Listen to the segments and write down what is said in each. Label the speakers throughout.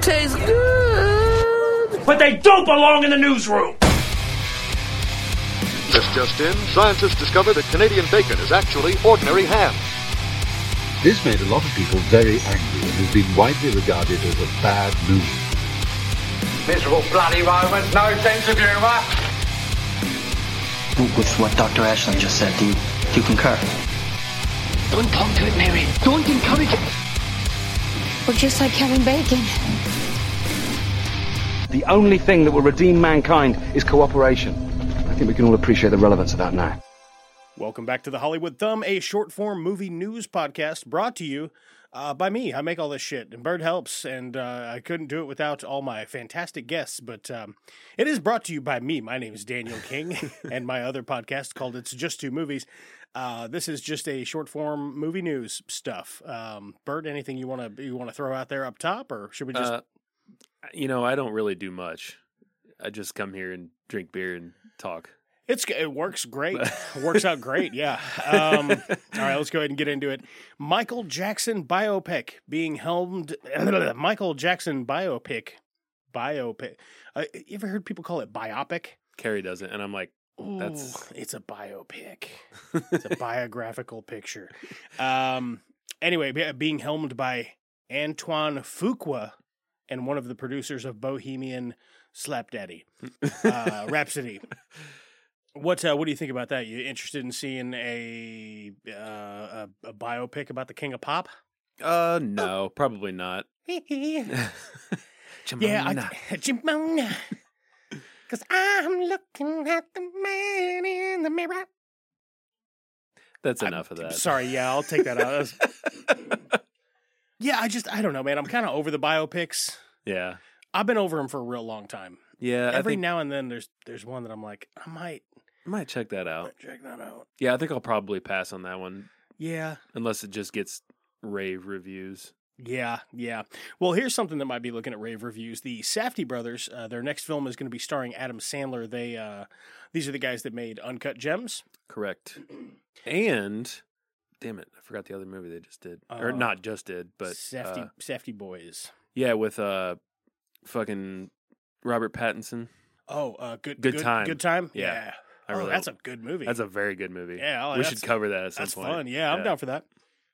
Speaker 1: Tastes good.
Speaker 2: But they don't belong in the newsroom.
Speaker 3: This just in, scientists discover that Canadian bacon is actually ordinary ham.
Speaker 4: This made a lot of people very angry and has been widely regarded as a bad movie.
Speaker 5: Miserable bloody Romans, no sense of humour.
Speaker 6: With what Dr. Ashland just said, do you, do you concur?
Speaker 7: Don't talk to it, Mary. Don't encourage it.
Speaker 8: We're just like Kevin Bacon.
Speaker 9: The only thing that will redeem mankind is cooperation. I think we can all appreciate the relevance of that now.
Speaker 10: Welcome back to the Hollywood Thumb, a short form movie news podcast brought to you uh, by me. I make all this shit, and Bird helps, and uh, I couldn't do it without all my fantastic guests. But um, it is brought to you by me. My name is Daniel King, and my other podcast called It's Just Two Movies. Uh, this is just a short form movie news stuff. Um, Bird, anything you want to you want to throw out there up top, or should we just?
Speaker 11: you know, I don't really do much. I just come here and drink beer and talk.
Speaker 10: It's it works great. works out great. Yeah. Um, all right, let's go ahead and get into it. Michael Jackson biopic being helmed. Michael Jackson biopic. Biopic. Uh, you ever heard people call it biopic?
Speaker 11: Carrie doesn't, and I'm like, that's
Speaker 10: Ooh, it's a biopic. it's a biographical picture. Um. Anyway, be- being helmed by Antoine Fuqua and one of the producers of Bohemian Slapdaddy uh, Rhapsody. What uh, what do you think about that? You interested in seeing a, uh, a a biopic about the King of Pop? Oh.
Speaker 11: uh no, probably not.
Speaker 10: yeah, I, Jimona. Cause I'm looking at the man in the mirror.
Speaker 11: that's
Speaker 10: I'm-
Speaker 11: enough of that.
Speaker 10: Sorry, yeah, I'll take that out. That was- yeah, I just I don't know, man. I'm kind of over the biopics.
Speaker 11: yeah,
Speaker 10: I've been over them for a real long time.
Speaker 11: yeah. I
Speaker 10: Every
Speaker 11: think
Speaker 10: now and then, there's there's one that I'm like, I might
Speaker 11: I might check that out.
Speaker 10: check that out.
Speaker 11: Yeah, I think I'll probably pass on that one
Speaker 10: Yeah,
Speaker 11: unless it just gets rave reviews.
Speaker 10: Yeah, yeah. Well, here's something that might be looking at rave reviews. The Safety brothers, uh, their next film is going to be starring Adam Sandler. They uh, these are the guys that made Uncut Gems.
Speaker 11: Correct. And damn it, I forgot the other movie they just did, or
Speaker 10: Uh,
Speaker 11: not just did, but
Speaker 10: Safety
Speaker 11: uh,
Speaker 10: Safety Boys.
Speaker 11: yeah, with uh, fucking Robert Pattinson.
Speaker 10: Oh, uh, good,
Speaker 11: Good Time.
Speaker 10: Good time.
Speaker 11: Yeah, I
Speaker 10: oh,
Speaker 11: really-
Speaker 10: that's a good movie.
Speaker 11: That's a very good movie.
Speaker 10: Yeah, I like-
Speaker 11: we
Speaker 10: that's-
Speaker 11: should cover that at some
Speaker 10: that's
Speaker 11: point.
Speaker 10: fun. Yeah, I'm down for that.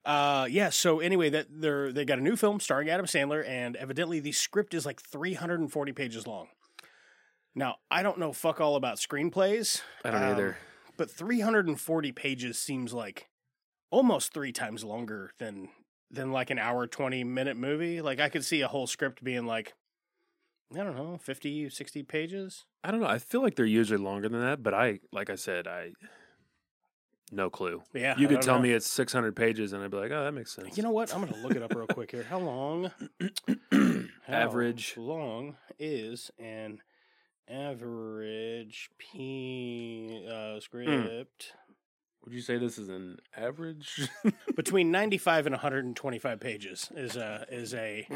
Speaker 10: Uh, yeah. So anyway, that they're they got a new film starring Adam Sandler, and evidently the script is like 340 pages long. Now I don't know fuck all about screenplays.
Speaker 11: I don't
Speaker 10: Um,
Speaker 11: either.
Speaker 10: but 340 pages seems like almost three times longer than than like an hour 20 minute movie like i could see a whole script being like i don't know 50 60 pages
Speaker 11: I don't know. I feel like they're usually longer than that, but I, like I said, I no clue.
Speaker 10: yeah
Speaker 11: you
Speaker 10: I
Speaker 11: could
Speaker 10: don't
Speaker 11: tell
Speaker 10: know.
Speaker 11: me it's 600 pages, and I'd be like, oh, that makes sense.
Speaker 10: you know what i'm gonna look it up real quick here how long
Speaker 11: know,
Speaker 10: how
Speaker 11: average.
Speaker 10: long is an average p uh, script
Speaker 11: Hmm. Would you say this is an average?
Speaker 10: between 95 and 125 pages is a is a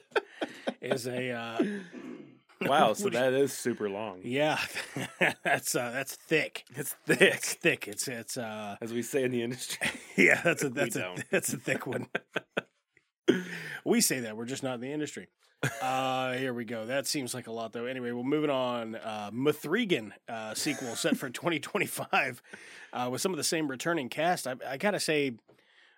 Speaker 10: is a uh,
Speaker 11: wow, so
Speaker 10: Would you-
Speaker 11: that is super long.
Speaker 10: yeah that's uh, that's thick
Speaker 11: It's
Speaker 10: it's
Speaker 11: thick,
Speaker 10: thick it's it's uh
Speaker 11: as we say in the industry.
Speaker 10: yeah that's a that's a
Speaker 11: don't.
Speaker 10: that's a thick one we say that we're just not in the industry uh here we go that seems like a lot though anyway we're moving on uh Mithrigan, uh sequel set for 2025 uh with some of the same returning cast i, I gotta say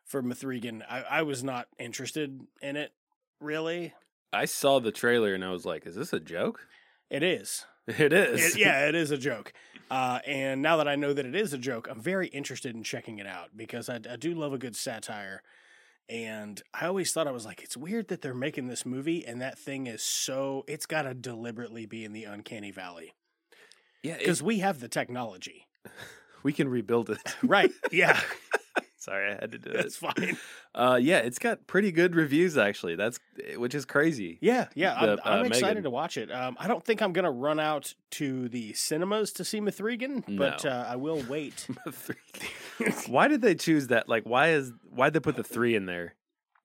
Speaker 10: for Mithrigan, I, I was not interested in it really
Speaker 11: I saw the trailer and I was like, is this a joke?
Speaker 10: it is
Speaker 11: It is.
Speaker 10: It- yeah, it is a joke. Uh, and now that I know that it is a joke, I'm very interested in checking it out because I, I do love a good satire. And I always thought I was like, it's weird that they're making this movie and that thing is so, it's got to deliberately be in the uncanny valley
Speaker 11: Yeah, it-
Speaker 10: because we have the technology.
Speaker 11: we can rebuild it.
Speaker 10: Right. Yeah.
Speaker 11: Sorry, I had to do
Speaker 10: that's
Speaker 11: it.
Speaker 10: fine.
Speaker 11: Uh, yeah, it's got pretty good reviews actually. That's eh, which is crazy.
Speaker 10: Yeah. Yeah. I'm,
Speaker 11: The, uh,
Speaker 10: I'm excited
Speaker 11: Megan.
Speaker 10: to watch it. Um, I don't think I'm going to run out to the cinemas to see Mithrigan, but
Speaker 11: No.
Speaker 10: uh, I will wait.
Speaker 11: why did they choose that? Like, why is why would they put the three in there?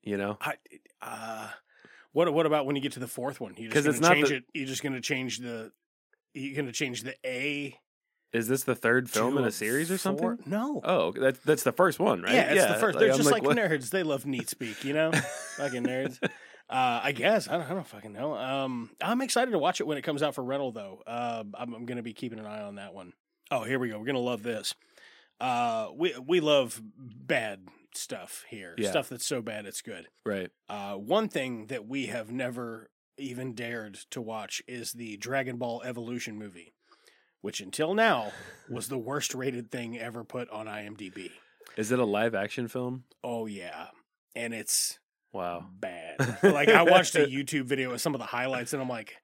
Speaker 11: You know,
Speaker 10: I, uh, what what about when you get to the fourth one? You're just
Speaker 11: 'Cause
Speaker 10: gonna
Speaker 11: it's not
Speaker 10: change
Speaker 11: the-
Speaker 10: it. You're just gonna change the. You're gonna change the A
Speaker 11: Is this the third film
Speaker 10: Two
Speaker 11: in a
Speaker 10: of
Speaker 11: series or
Speaker 10: four-
Speaker 11: something?
Speaker 10: No.
Speaker 11: Oh, that, that's the first one, right?
Speaker 10: Yeah, it's the first. They're
Speaker 11: I'm
Speaker 10: just like,
Speaker 11: what-
Speaker 10: nerds. They love neat speak, you know? fucking nerds. Uh, I guess. I don't, I don't fucking know. Um, I'm excited to watch it when it comes out for rental, though. Uh, I'm, I'm going to be keeping an eye on that one. Oh, here we go. We're going to love this. Uh, we, we love bad stuff here,
Speaker 11: Yeah.
Speaker 10: stuff that's so bad it's good.
Speaker 11: Right.
Speaker 10: Uh, one thing that we have never even dared to watch is the Dragon Ball Evolution movie, which until now was the worst rated thing ever put on IMDb.
Speaker 11: Is it a live action film?
Speaker 10: Oh yeah, and it's
Speaker 11: Wow.
Speaker 10: bad. Like I watched a YouTube video of some of the highlights, and I'm like,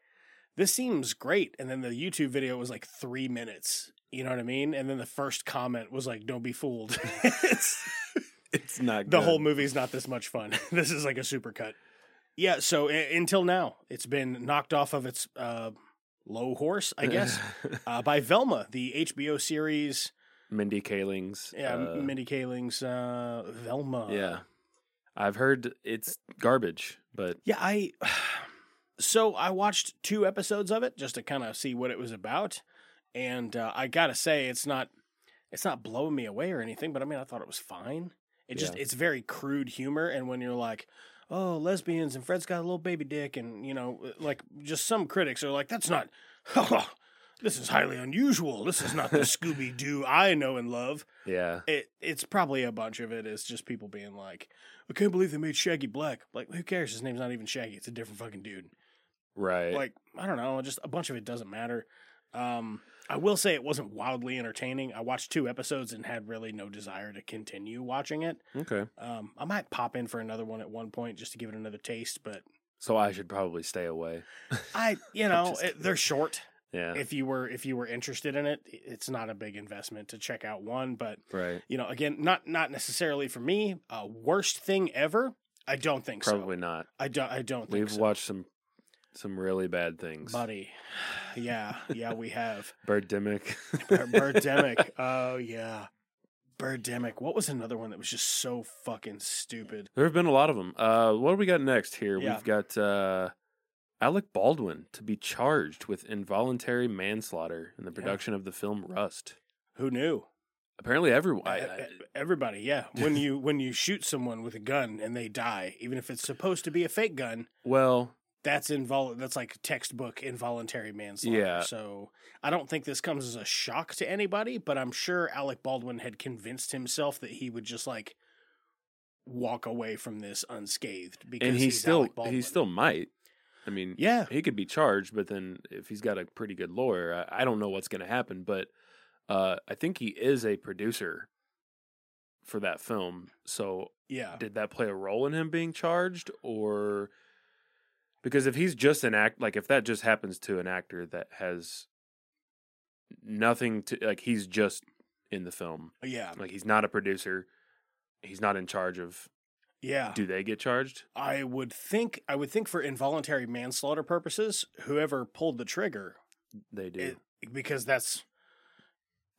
Speaker 10: this seems great. And then the YouTube video was like three minutes. You know what I mean? And then the first comment was like, "Don't be fooled." It's-
Speaker 11: It's not
Speaker 10: the
Speaker 11: good.
Speaker 10: whole movie's not this much fun. this is like a supercut. Yeah. So uh, until now, it's been knocked off of its uh, low horse, I guess, uh, by Velma, the HBO series.
Speaker 11: Mindy Kaling's.
Speaker 10: Yeah,
Speaker 11: uh,
Speaker 10: Mindy Kaling's uh, Velma.
Speaker 11: yeah. I've heard it's garbage, but
Speaker 10: Yeah, I. So I watched two episodes of it just to kind of see what it was about, and uh, I gotta say it's not it's not blowing me away or anything. But I mean, I thought it was fine. It just
Speaker 11: Yeah.
Speaker 10: it's very crude humor, and when you're like, oh, lesbians and Fred's got a little baby dick, and you know, uh, like just some critics are like, that's not. this is highly unusual. This is not the Scooby Doo I know and love
Speaker 11: yeah.
Speaker 10: it it's probably a bunch of it is just people being like, I can't believe they made Shaggy black. Like, who cares? His name's not even Shaggy. It's a different fucking dude.
Speaker 11: Right.
Speaker 10: Like, I don't know. Just a bunch of it doesn't matter. Um, I will say it wasn't wildly entertaining. I watched two episodes and had really no desire to continue watching it.
Speaker 11: okay.
Speaker 10: Um, I might pop in for another one at one point just to give it another taste, but
Speaker 11: So I should probably stay away.
Speaker 10: I, you know,
Speaker 11: just
Speaker 10: it,
Speaker 11: kidding.
Speaker 10: they're short.
Speaker 11: Yeah.
Speaker 10: If you were if you were interested in it, it's not a big investment to check out one, but
Speaker 11: right.
Speaker 10: you know, again, not not necessarily for me. Uh, worst thing ever? I don't think
Speaker 11: Probably
Speaker 10: so.
Speaker 11: not.
Speaker 10: I don't. I don't think
Speaker 11: We've
Speaker 10: so,
Speaker 11: watched some some really bad things.
Speaker 10: buddy. Yeah, yeah, we have
Speaker 11: Birdemic.
Speaker 10: Bir- Birdemic. oh yeah, Birdemic. What was another one that was just so fucking stupid?
Speaker 11: There have been a lot of them. Uh, what do we got next here?
Speaker 10: Yeah.
Speaker 11: We've got uh, Alec Baldwin to be charged with involuntary manslaughter in the production of the film Rust.
Speaker 10: Who knew?
Speaker 11: Apparently, everyone. I,
Speaker 10: E-
Speaker 11: I,
Speaker 10: e- Everybody, yeah. When you when you shoot someone with a gun and they die, even if it's supposed to be a fake gun,
Speaker 11: well,
Speaker 10: that's invol that's like textbook involuntary manslaughter.
Speaker 11: Yeah.
Speaker 10: So I don't think this comes as a shock to anybody, but I'm sure Alec Baldwin had convinced himself that he would just like walk away from this unscathed because
Speaker 11: and he
Speaker 10: he's
Speaker 11: still
Speaker 10: Alec Baldwin.
Speaker 11: he still might. I mean,
Speaker 10: Yeah.
Speaker 11: he could be charged, but then if he's got a pretty good lawyer, I, I don't know what's going to happen. But uh, I think he is a producer for that film, so
Speaker 10: Yeah.
Speaker 11: did that play a role in him being charged or because if he's just an act like if that just happens to an actor that has nothing to like he's just in the film
Speaker 10: Yeah.
Speaker 11: like he's not a producer he's not in charge of
Speaker 10: Yeah.
Speaker 11: do they get charged
Speaker 10: I would think I would think for involuntary manslaughter purposes, whoever pulled the trigger
Speaker 11: they do
Speaker 10: it, because that's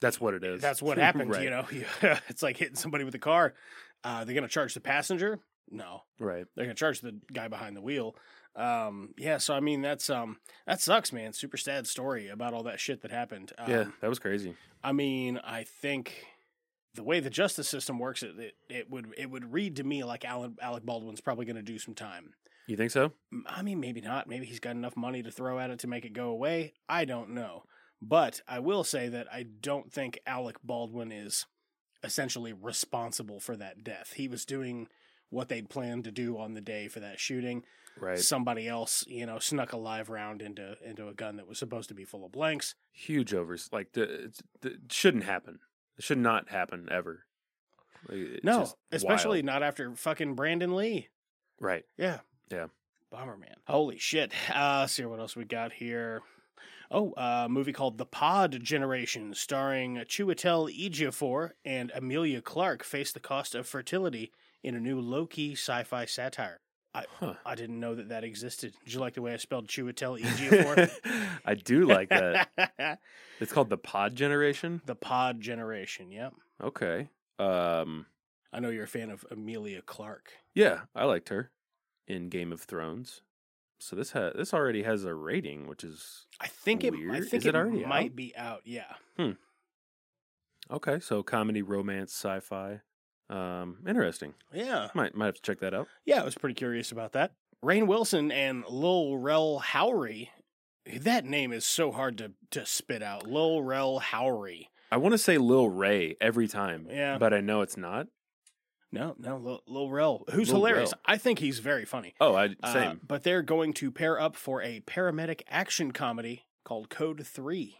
Speaker 11: that's what it is
Speaker 10: that's what happened,
Speaker 11: right.
Speaker 10: you know. it's like hitting somebody with a car. Uh they're gonna charge the passenger? No.
Speaker 11: right
Speaker 10: they're gonna charge the guy behind the wheel. Um, yeah, so I mean that's um that sucks, man. Super sad story about all that shit that happened. Um,
Speaker 11: yeah that was crazy
Speaker 10: I mean, I think the way the justice system works, it it, it would it would read to me like Alan Alec Baldwin's probably gonna do some time.
Speaker 11: you think so
Speaker 10: M- I mean, maybe not. Maybe he's got enough money to throw at it to make it go away. I don't know. But I will say that I don't think Alec Baldwin is essentially responsible for that death. He was doing what they'd planned to do on the day for that shooting
Speaker 11: right
Speaker 10: somebody else, you know, snuck a live round into into a gun that was supposed to be full of blanks.
Speaker 11: huge overs like the, it's- the it shouldn't happen it should not happen ever Like, it's
Speaker 10: no,
Speaker 11: just
Speaker 10: especially
Speaker 11: wild.
Speaker 10: not after fucking Brandon Lee.
Speaker 11: right
Speaker 10: Yeah.
Speaker 11: Yeah.
Speaker 10: Bummer, man. Holy shit. Uh, let's see what else we got here. Oh, uh, a movie called The Pod Generation, starring Chiwetel Ejiofor and Amelia Clark, face the cost of fertility in a new low-key sci-fi satire.
Speaker 11: huh
Speaker 10: I didn't know that that existed. Did you like the way I spelled Chiwetel Ejiofor?
Speaker 11: I do like that. It's called the pod generation.
Speaker 10: the Pod Generation. Yep.
Speaker 11: Okay. Um
Speaker 10: I know you're a fan of Amelia Clark.
Speaker 11: yeah, I liked her in Game of Thrones. So this ha- this already has a rating, which is
Speaker 10: I think it. I
Speaker 11: Weird.
Speaker 10: think
Speaker 11: Is it
Speaker 10: it,
Speaker 11: already
Speaker 10: might
Speaker 11: out?
Speaker 10: be out. Yeah.
Speaker 11: Hmm. Okay, so comedy, romance, sci-fi. Um, interesting.
Speaker 10: Yeah.
Speaker 11: Might might have to check that out.
Speaker 10: Yeah, I was pretty curious about that. Rain Wilson and Lil Rel Howery. That name is so hard to, to spit out. Lil Rel Howery.
Speaker 11: I want to say Lil Ray every time,
Speaker 10: Yeah.
Speaker 11: but I know it's not.
Speaker 10: No, no, Lil, Lil Rel, who's
Speaker 11: Lil
Speaker 10: hilarious.
Speaker 11: Rel.
Speaker 10: I think he's very funny.
Speaker 11: Oh, I
Speaker 10: Uh,
Speaker 11: same.
Speaker 10: but they're going to pair up for a paramedic action comedy called Code 3.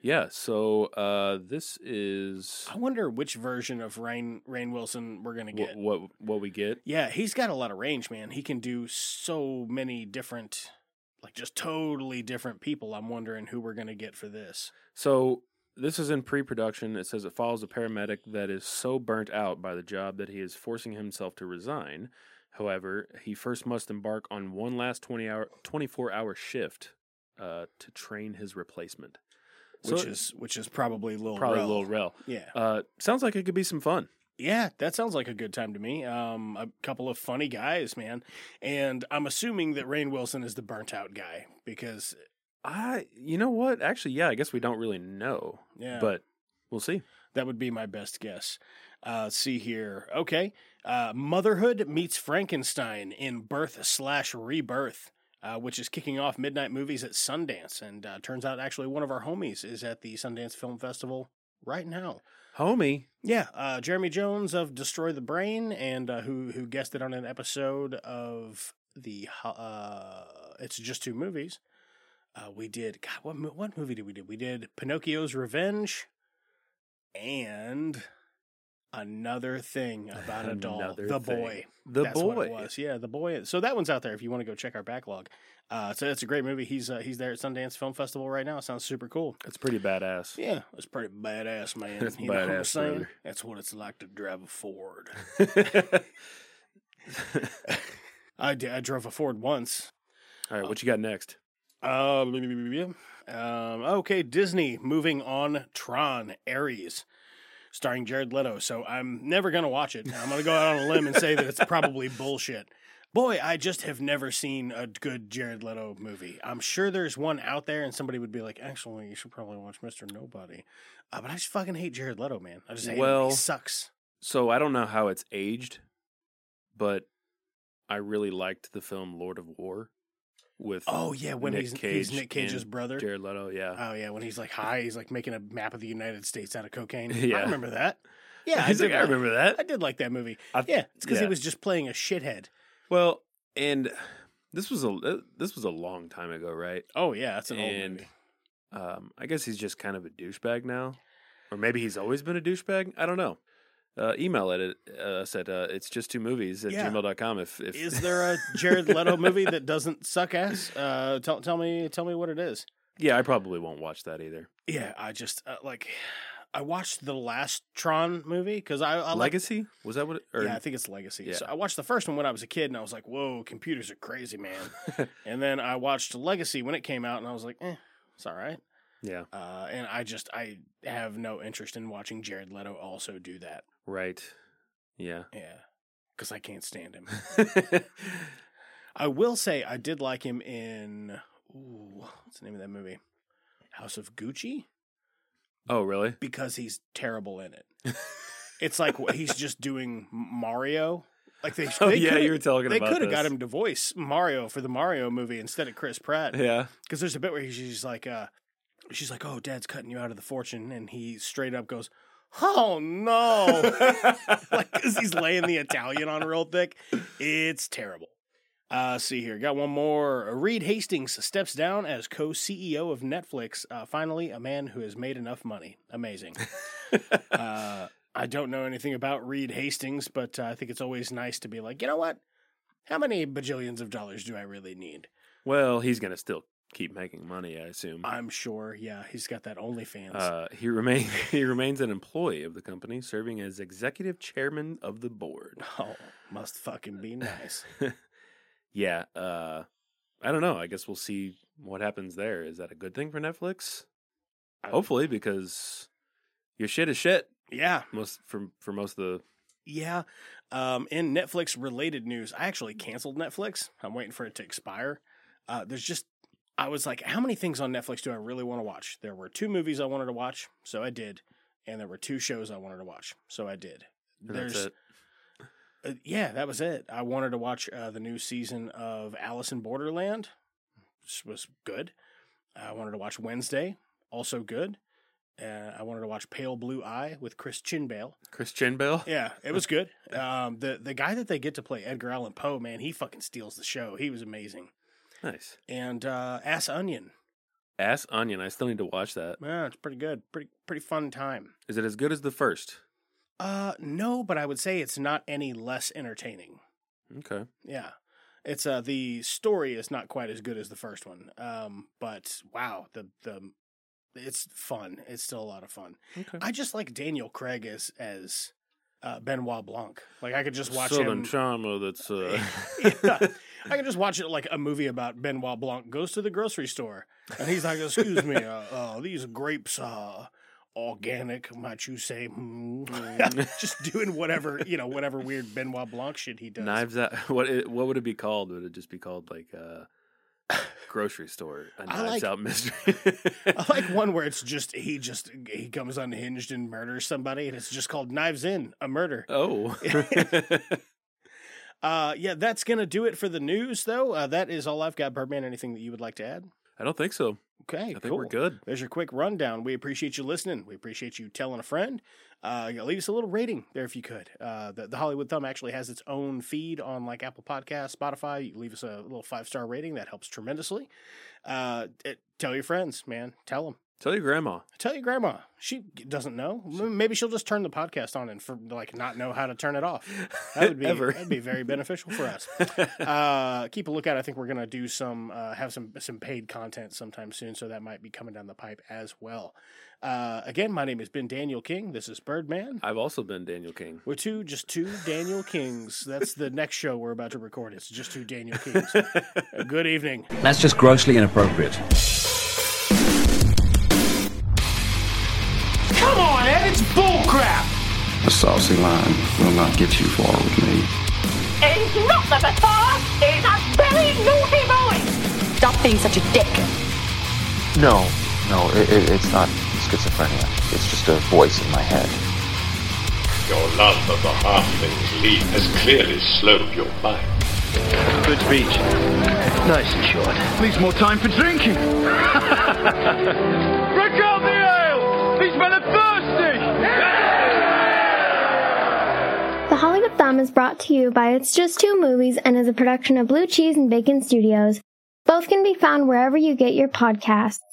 Speaker 11: yeah. So uh, this is
Speaker 10: I wonder which version of Rain, Rain Wilson we're going to get.
Speaker 11: what, what what we get.
Speaker 10: Yeah, he's got a lot of range, man. He can do so many different, like just totally different people. I'm wondering who we're going to get for this.
Speaker 11: So this is in pre-production. It says it follows a paramedic that is so burnt out by the job that he is forcing himself to resign. However, he first must embark on one last 20 hour 24 hour shift uh, to train his replacement.
Speaker 10: Which
Speaker 11: So-
Speaker 10: is which is probably Lil
Speaker 11: Probably
Speaker 10: Rel.
Speaker 11: Lil Rel.
Speaker 10: Yeah,
Speaker 11: Uh, sounds like it could be some fun.
Speaker 10: yeah, that sounds like a good time to me. Um, a couple of funny guys, man, and I'm assuming that Rain Wilson is the burnt out guy because
Speaker 11: I, you know what? Actually, yeah, I guess we don't really know,
Speaker 10: yeah,
Speaker 11: but we'll see.
Speaker 10: that would be my best guess. Uh, let's see here, okay, uh, Motherhood meets Frankenstein in Birth slash Rebirth. Uh, which is kicking off midnight movies at Sundance, and uh, turns out actually one of our homies is at the Sundance Film Festival right now.
Speaker 11: Homie,
Speaker 10: Yeah, uh, Jeremy Jones of Destroy the Brain, and uh, who who guested on an episode of the ho- uh, It's Just Two Movies. Uh, we did God, what mo- what movie did we do? We did Pinocchio's Revenge, and another thing about a doll,
Speaker 11: Another
Speaker 10: The
Speaker 11: thing.
Speaker 10: Boy.
Speaker 11: the
Speaker 10: That's
Speaker 11: boy.
Speaker 10: what it was. Yeah, the boy. So that one's out there if you want to go check our backlog. Uh, so that's a great movie. He's uh, he's there at Sundance Film Festival right now. sounds super cool.
Speaker 11: That's pretty badass.
Speaker 10: Yeah, it's pretty badass, man.
Speaker 11: That's
Speaker 10: you know what I'm
Speaker 11: badass,
Speaker 10: saying?
Speaker 11: brother.
Speaker 10: That's what it's like to drive a Ford. I, d- I drove a Ford once.
Speaker 11: All right, what you got next?
Speaker 10: Uh, um, okay, Disney moving on Tron Ares, starring Jared Leto. So I'm never going to watch it. I'm going to go out on a limb and say that it's probably bullshit. Boy, I just have never seen a good Jared Leto movie. I'm sure there's one out there, and somebody would be like, actually, you should probably watch Mr. Nobody. Uh, but I just fucking hate Jared Leto, man. I just hate him.
Speaker 11: Well,
Speaker 10: He sucks.
Speaker 11: So I don't know how it's aged, but I really liked the film Lord of War with
Speaker 10: Oh yeah, when
Speaker 11: Nick
Speaker 10: he's,
Speaker 11: Cage
Speaker 10: he's Nick Cage's
Speaker 11: and
Speaker 10: brother.
Speaker 11: Jared Leto. Yeah,
Speaker 10: Oh yeah, when he's like high, he's like making a map of the United States out of cocaine. I
Speaker 11: Yeah.
Speaker 10: remember that. Yeah,
Speaker 11: He's
Speaker 10: I, did
Speaker 11: like, I
Speaker 10: like-
Speaker 11: remember
Speaker 10: I
Speaker 11: that.
Speaker 10: did like that movie.
Speaker 11: I-
Speaker 10: yeah, it's because he
Speaker 11: yeah.
Speaker 10: was just playing a shithead.
Speaker 11: Well, and this was a this was a long time ago, right?
Speaker 10: Oh yeah, that's an old
Speaker 11: and
Speaker 10: movie.
Speaker 11: um, I guess he's just kind of a douchebag now, or maybe he's always been a douchebag. I don't know. Uh, email at it, uh, us at uh, it's just two movies at
Speaker 10: Yeah.
Speaker 11: gmail.com if, if
Speaker 10: Is there a Jared Leto movie that doesn't suck ass? Uh, tell tell me tell me what it is.
Speaker 11: yeah i probably won't watch that either
Speaker 10: Yeah, I just uh, like I watched the last Tron movie because I, I like
Speaker 11: legacy was that what it, or
Speaker 10: yeah, I think it's Legacy.
Speaker 11: Yeah.
Speaker 10: So I watched the first one when I was a kid, and I was like, "Whoa, computers are crazy, man!" and then I watched Legacy when it came out, and I was like, "Eh, it's all right."
Speaker 11: yeah
Speaker 10: Uh, and I just I have no interest in watching Jared Leto also do that.
Speaker 11: right yeah
Speaker 10: Yeah, because I can't stand him. I will say I did like him in ooh, what's the name of that movie? House of Gucci
Speaker 11: oh really
Speaker 10: because he's terrible in it. it's like wh- he's just doing Mario. Like they,
Speaker 11: oh
Speaker 10: they
Speaker 11: yeah
Speaker 10: coulda-
Speaker 11: you were talking
Speaker 10: they
Speaker 11: about
Speaker 10: could have got
Speaker 11: this.
Speaker 10: him to voice Mario for the Mario movie instead of Chris Pratt. Because
Speaker 11: yeah
Speaker 10: there's a bit where she's like, uh, she's like, "Oh, Dad's cutting you out of the fortune," and he straight up goes, "Oh no!" like, because he's laying the Italian on real thick. It's terrible. Uh, see here, got one more. Uh, Reed Hastings steps down as co CEO of Netflix. Uh, finally, a man who has made enough money. Amazing. uh, I don't know anything about Reed Hastings, but uh, I think it's always nice to be like, you know what? How many bajillions of dollars do I really need?
Speaker 11: well he's gonna still keep making money i assume
Speaker 10: I'm sure. Yeah, he's got that OnlyFans.
Speaker 11: uh, he remains he remains an employee of the company, serving as executive chairman of the board.
Speaker 10: oh, must fucking be nice.
Speaker 11: yeah, uh, I don't know. I guess we'll see what happens there. Is that a good thing for Netflix? Hopefully, because your shit is shit
Speaker 10: Yeah,
Speaker 11: most for for most of the.
Speaker 10: Yeah. Um, in Netflix related news, I actually canceled Netflix. I'm waiting for it to expire. Uh, there's just, I was like, how many things on Netflix do I really want to watch? There were two movies I wanted to watch, so I did. and there were two shows I wanted to watch, so I did.
Speaker 11: And that's
Speaker 10: There's
Speaker 11: it.
Speaker 10: uh, yeah, that was it. I wanted to watch uh, the new season of Alice in Borderland, which was good. I wanted to watch Wednesday, also good. Uh, I wanted to watch Pale Blue Eye with Chris Chinbale.
Speaker 11: Christian Bale.
Speaker 10: Yeah, it was good. Um, the the guy that they get to play Edgar Allan Poe, man, he fucking steals the show. He was amazing.
Speaker 11: Nice.
Speaker 10: And uh, Ass Onion,
Speaker 11: Ass Onion. I still need to watch that.
Speaker 10: yeah, it's pretty good. Pretty pretty fun time.
Speaker 11: Is it as good as the first?
Speaker 10: Uh, no, but I would say it's not any less entertaining.
Speaker 11: Okay.
Speaker 10: Yeah. It's uh the story is not quite as good as the first one. Um but wow, the the it's fun. It's still a lot of fun.
Speaker 11: Okay.
Speaker 10: I just like Daniel Craig as as uh Benoit Blanc. Like I could just watch
Speaker 11: Southern
Speaker 10: him
Speaker 11: Charmer. That's uh.
Speaker 10: Yeah. I can just watch it like a movie about Benoit Blanc goes to the grocery store and he's like, "Excuse me, uh, uh, these grapes are organic, might you say?" Hmm. just doing whatever you know, whatever weird Benoit Blanc shit he does.
Speaker 11: Knives Out. What it, what would it be called? Would it just be called like uh, grocery store? A
Speaker 10: I
Speaker 11: Knives
Speaker 10: like-
Speaker 11: Out mystery.
Speaker 10: I like one where it's just he just he comes unhinged and murders somebody, and it's just called Knives In, a murder.
Speaker 11: Oh.
Speaker 10: Uh, yeah, that's gonna do it for the news, though. Uh, that is all I've got. Birdman, anything that you would like to add?
Speaker 11: I don't think so.
Speaker 10: Okay,
Speaker 11: I think
Speaker 10: cool.
Speaker 11: we're good.
Speaker 10: There's your quick rundown. We appreciate you listening. We appreciate you telling a friend. Uh, you know, leave us a little rating there if you could. Uh, the, the Hollywood Thumb actually has its own feed on like Apple Podcasts, Spotify. You leave us a little five star rating that helps tremendously. Uh, it, tell your friends, man. Tell them.
Speaker 11: Tell your grandma.
Speaker 10: Tell your grandma. She doesn't know. M- Maybe she'll just turn the podcast on and for, like not know how to turn it off. That would be
Speaker 11: Ever.
Speaker 10: that'd be very beneficial for us. Uh, keep a lookout. I think we're gonna do some uh, have some some paid content sometime soon, so that might be coming down the pipe as well. Uh, again, my name is Ben Daniel King. This is Birdman.
Speaker 11: I've also been Daniel King.
Speaker 10: We're two, just two Daniel Kings. That's the next show we're about to record. It's just two Daniel Kings. Good evening.
Speaker 7: That's just grossly inappropriate.
Speaker 2: Come on, Ed, it's bullcrap!
Speaker 7: A saucy line will not get you far with me.
Speaker 1: It's not the bazaar. It's a very naughty boy. Stop being such a dick.
Speaker 5: No, no, it, it, it's not schizophrenia. It's just a voice in my head.
Speaker 12: Your love of the halfling's league has clearly slowed your mind. Good speech.
Speaker 7: Nice and short. Leaves more time for drinking. Break out the ale! These men are thirsty!
Speaker 13: The Hollywood Thumb is brought to you by It's Just Two Movies and is a production of Blue Cheese and Bacon Studios. Both can be found wherever you get your podcasts.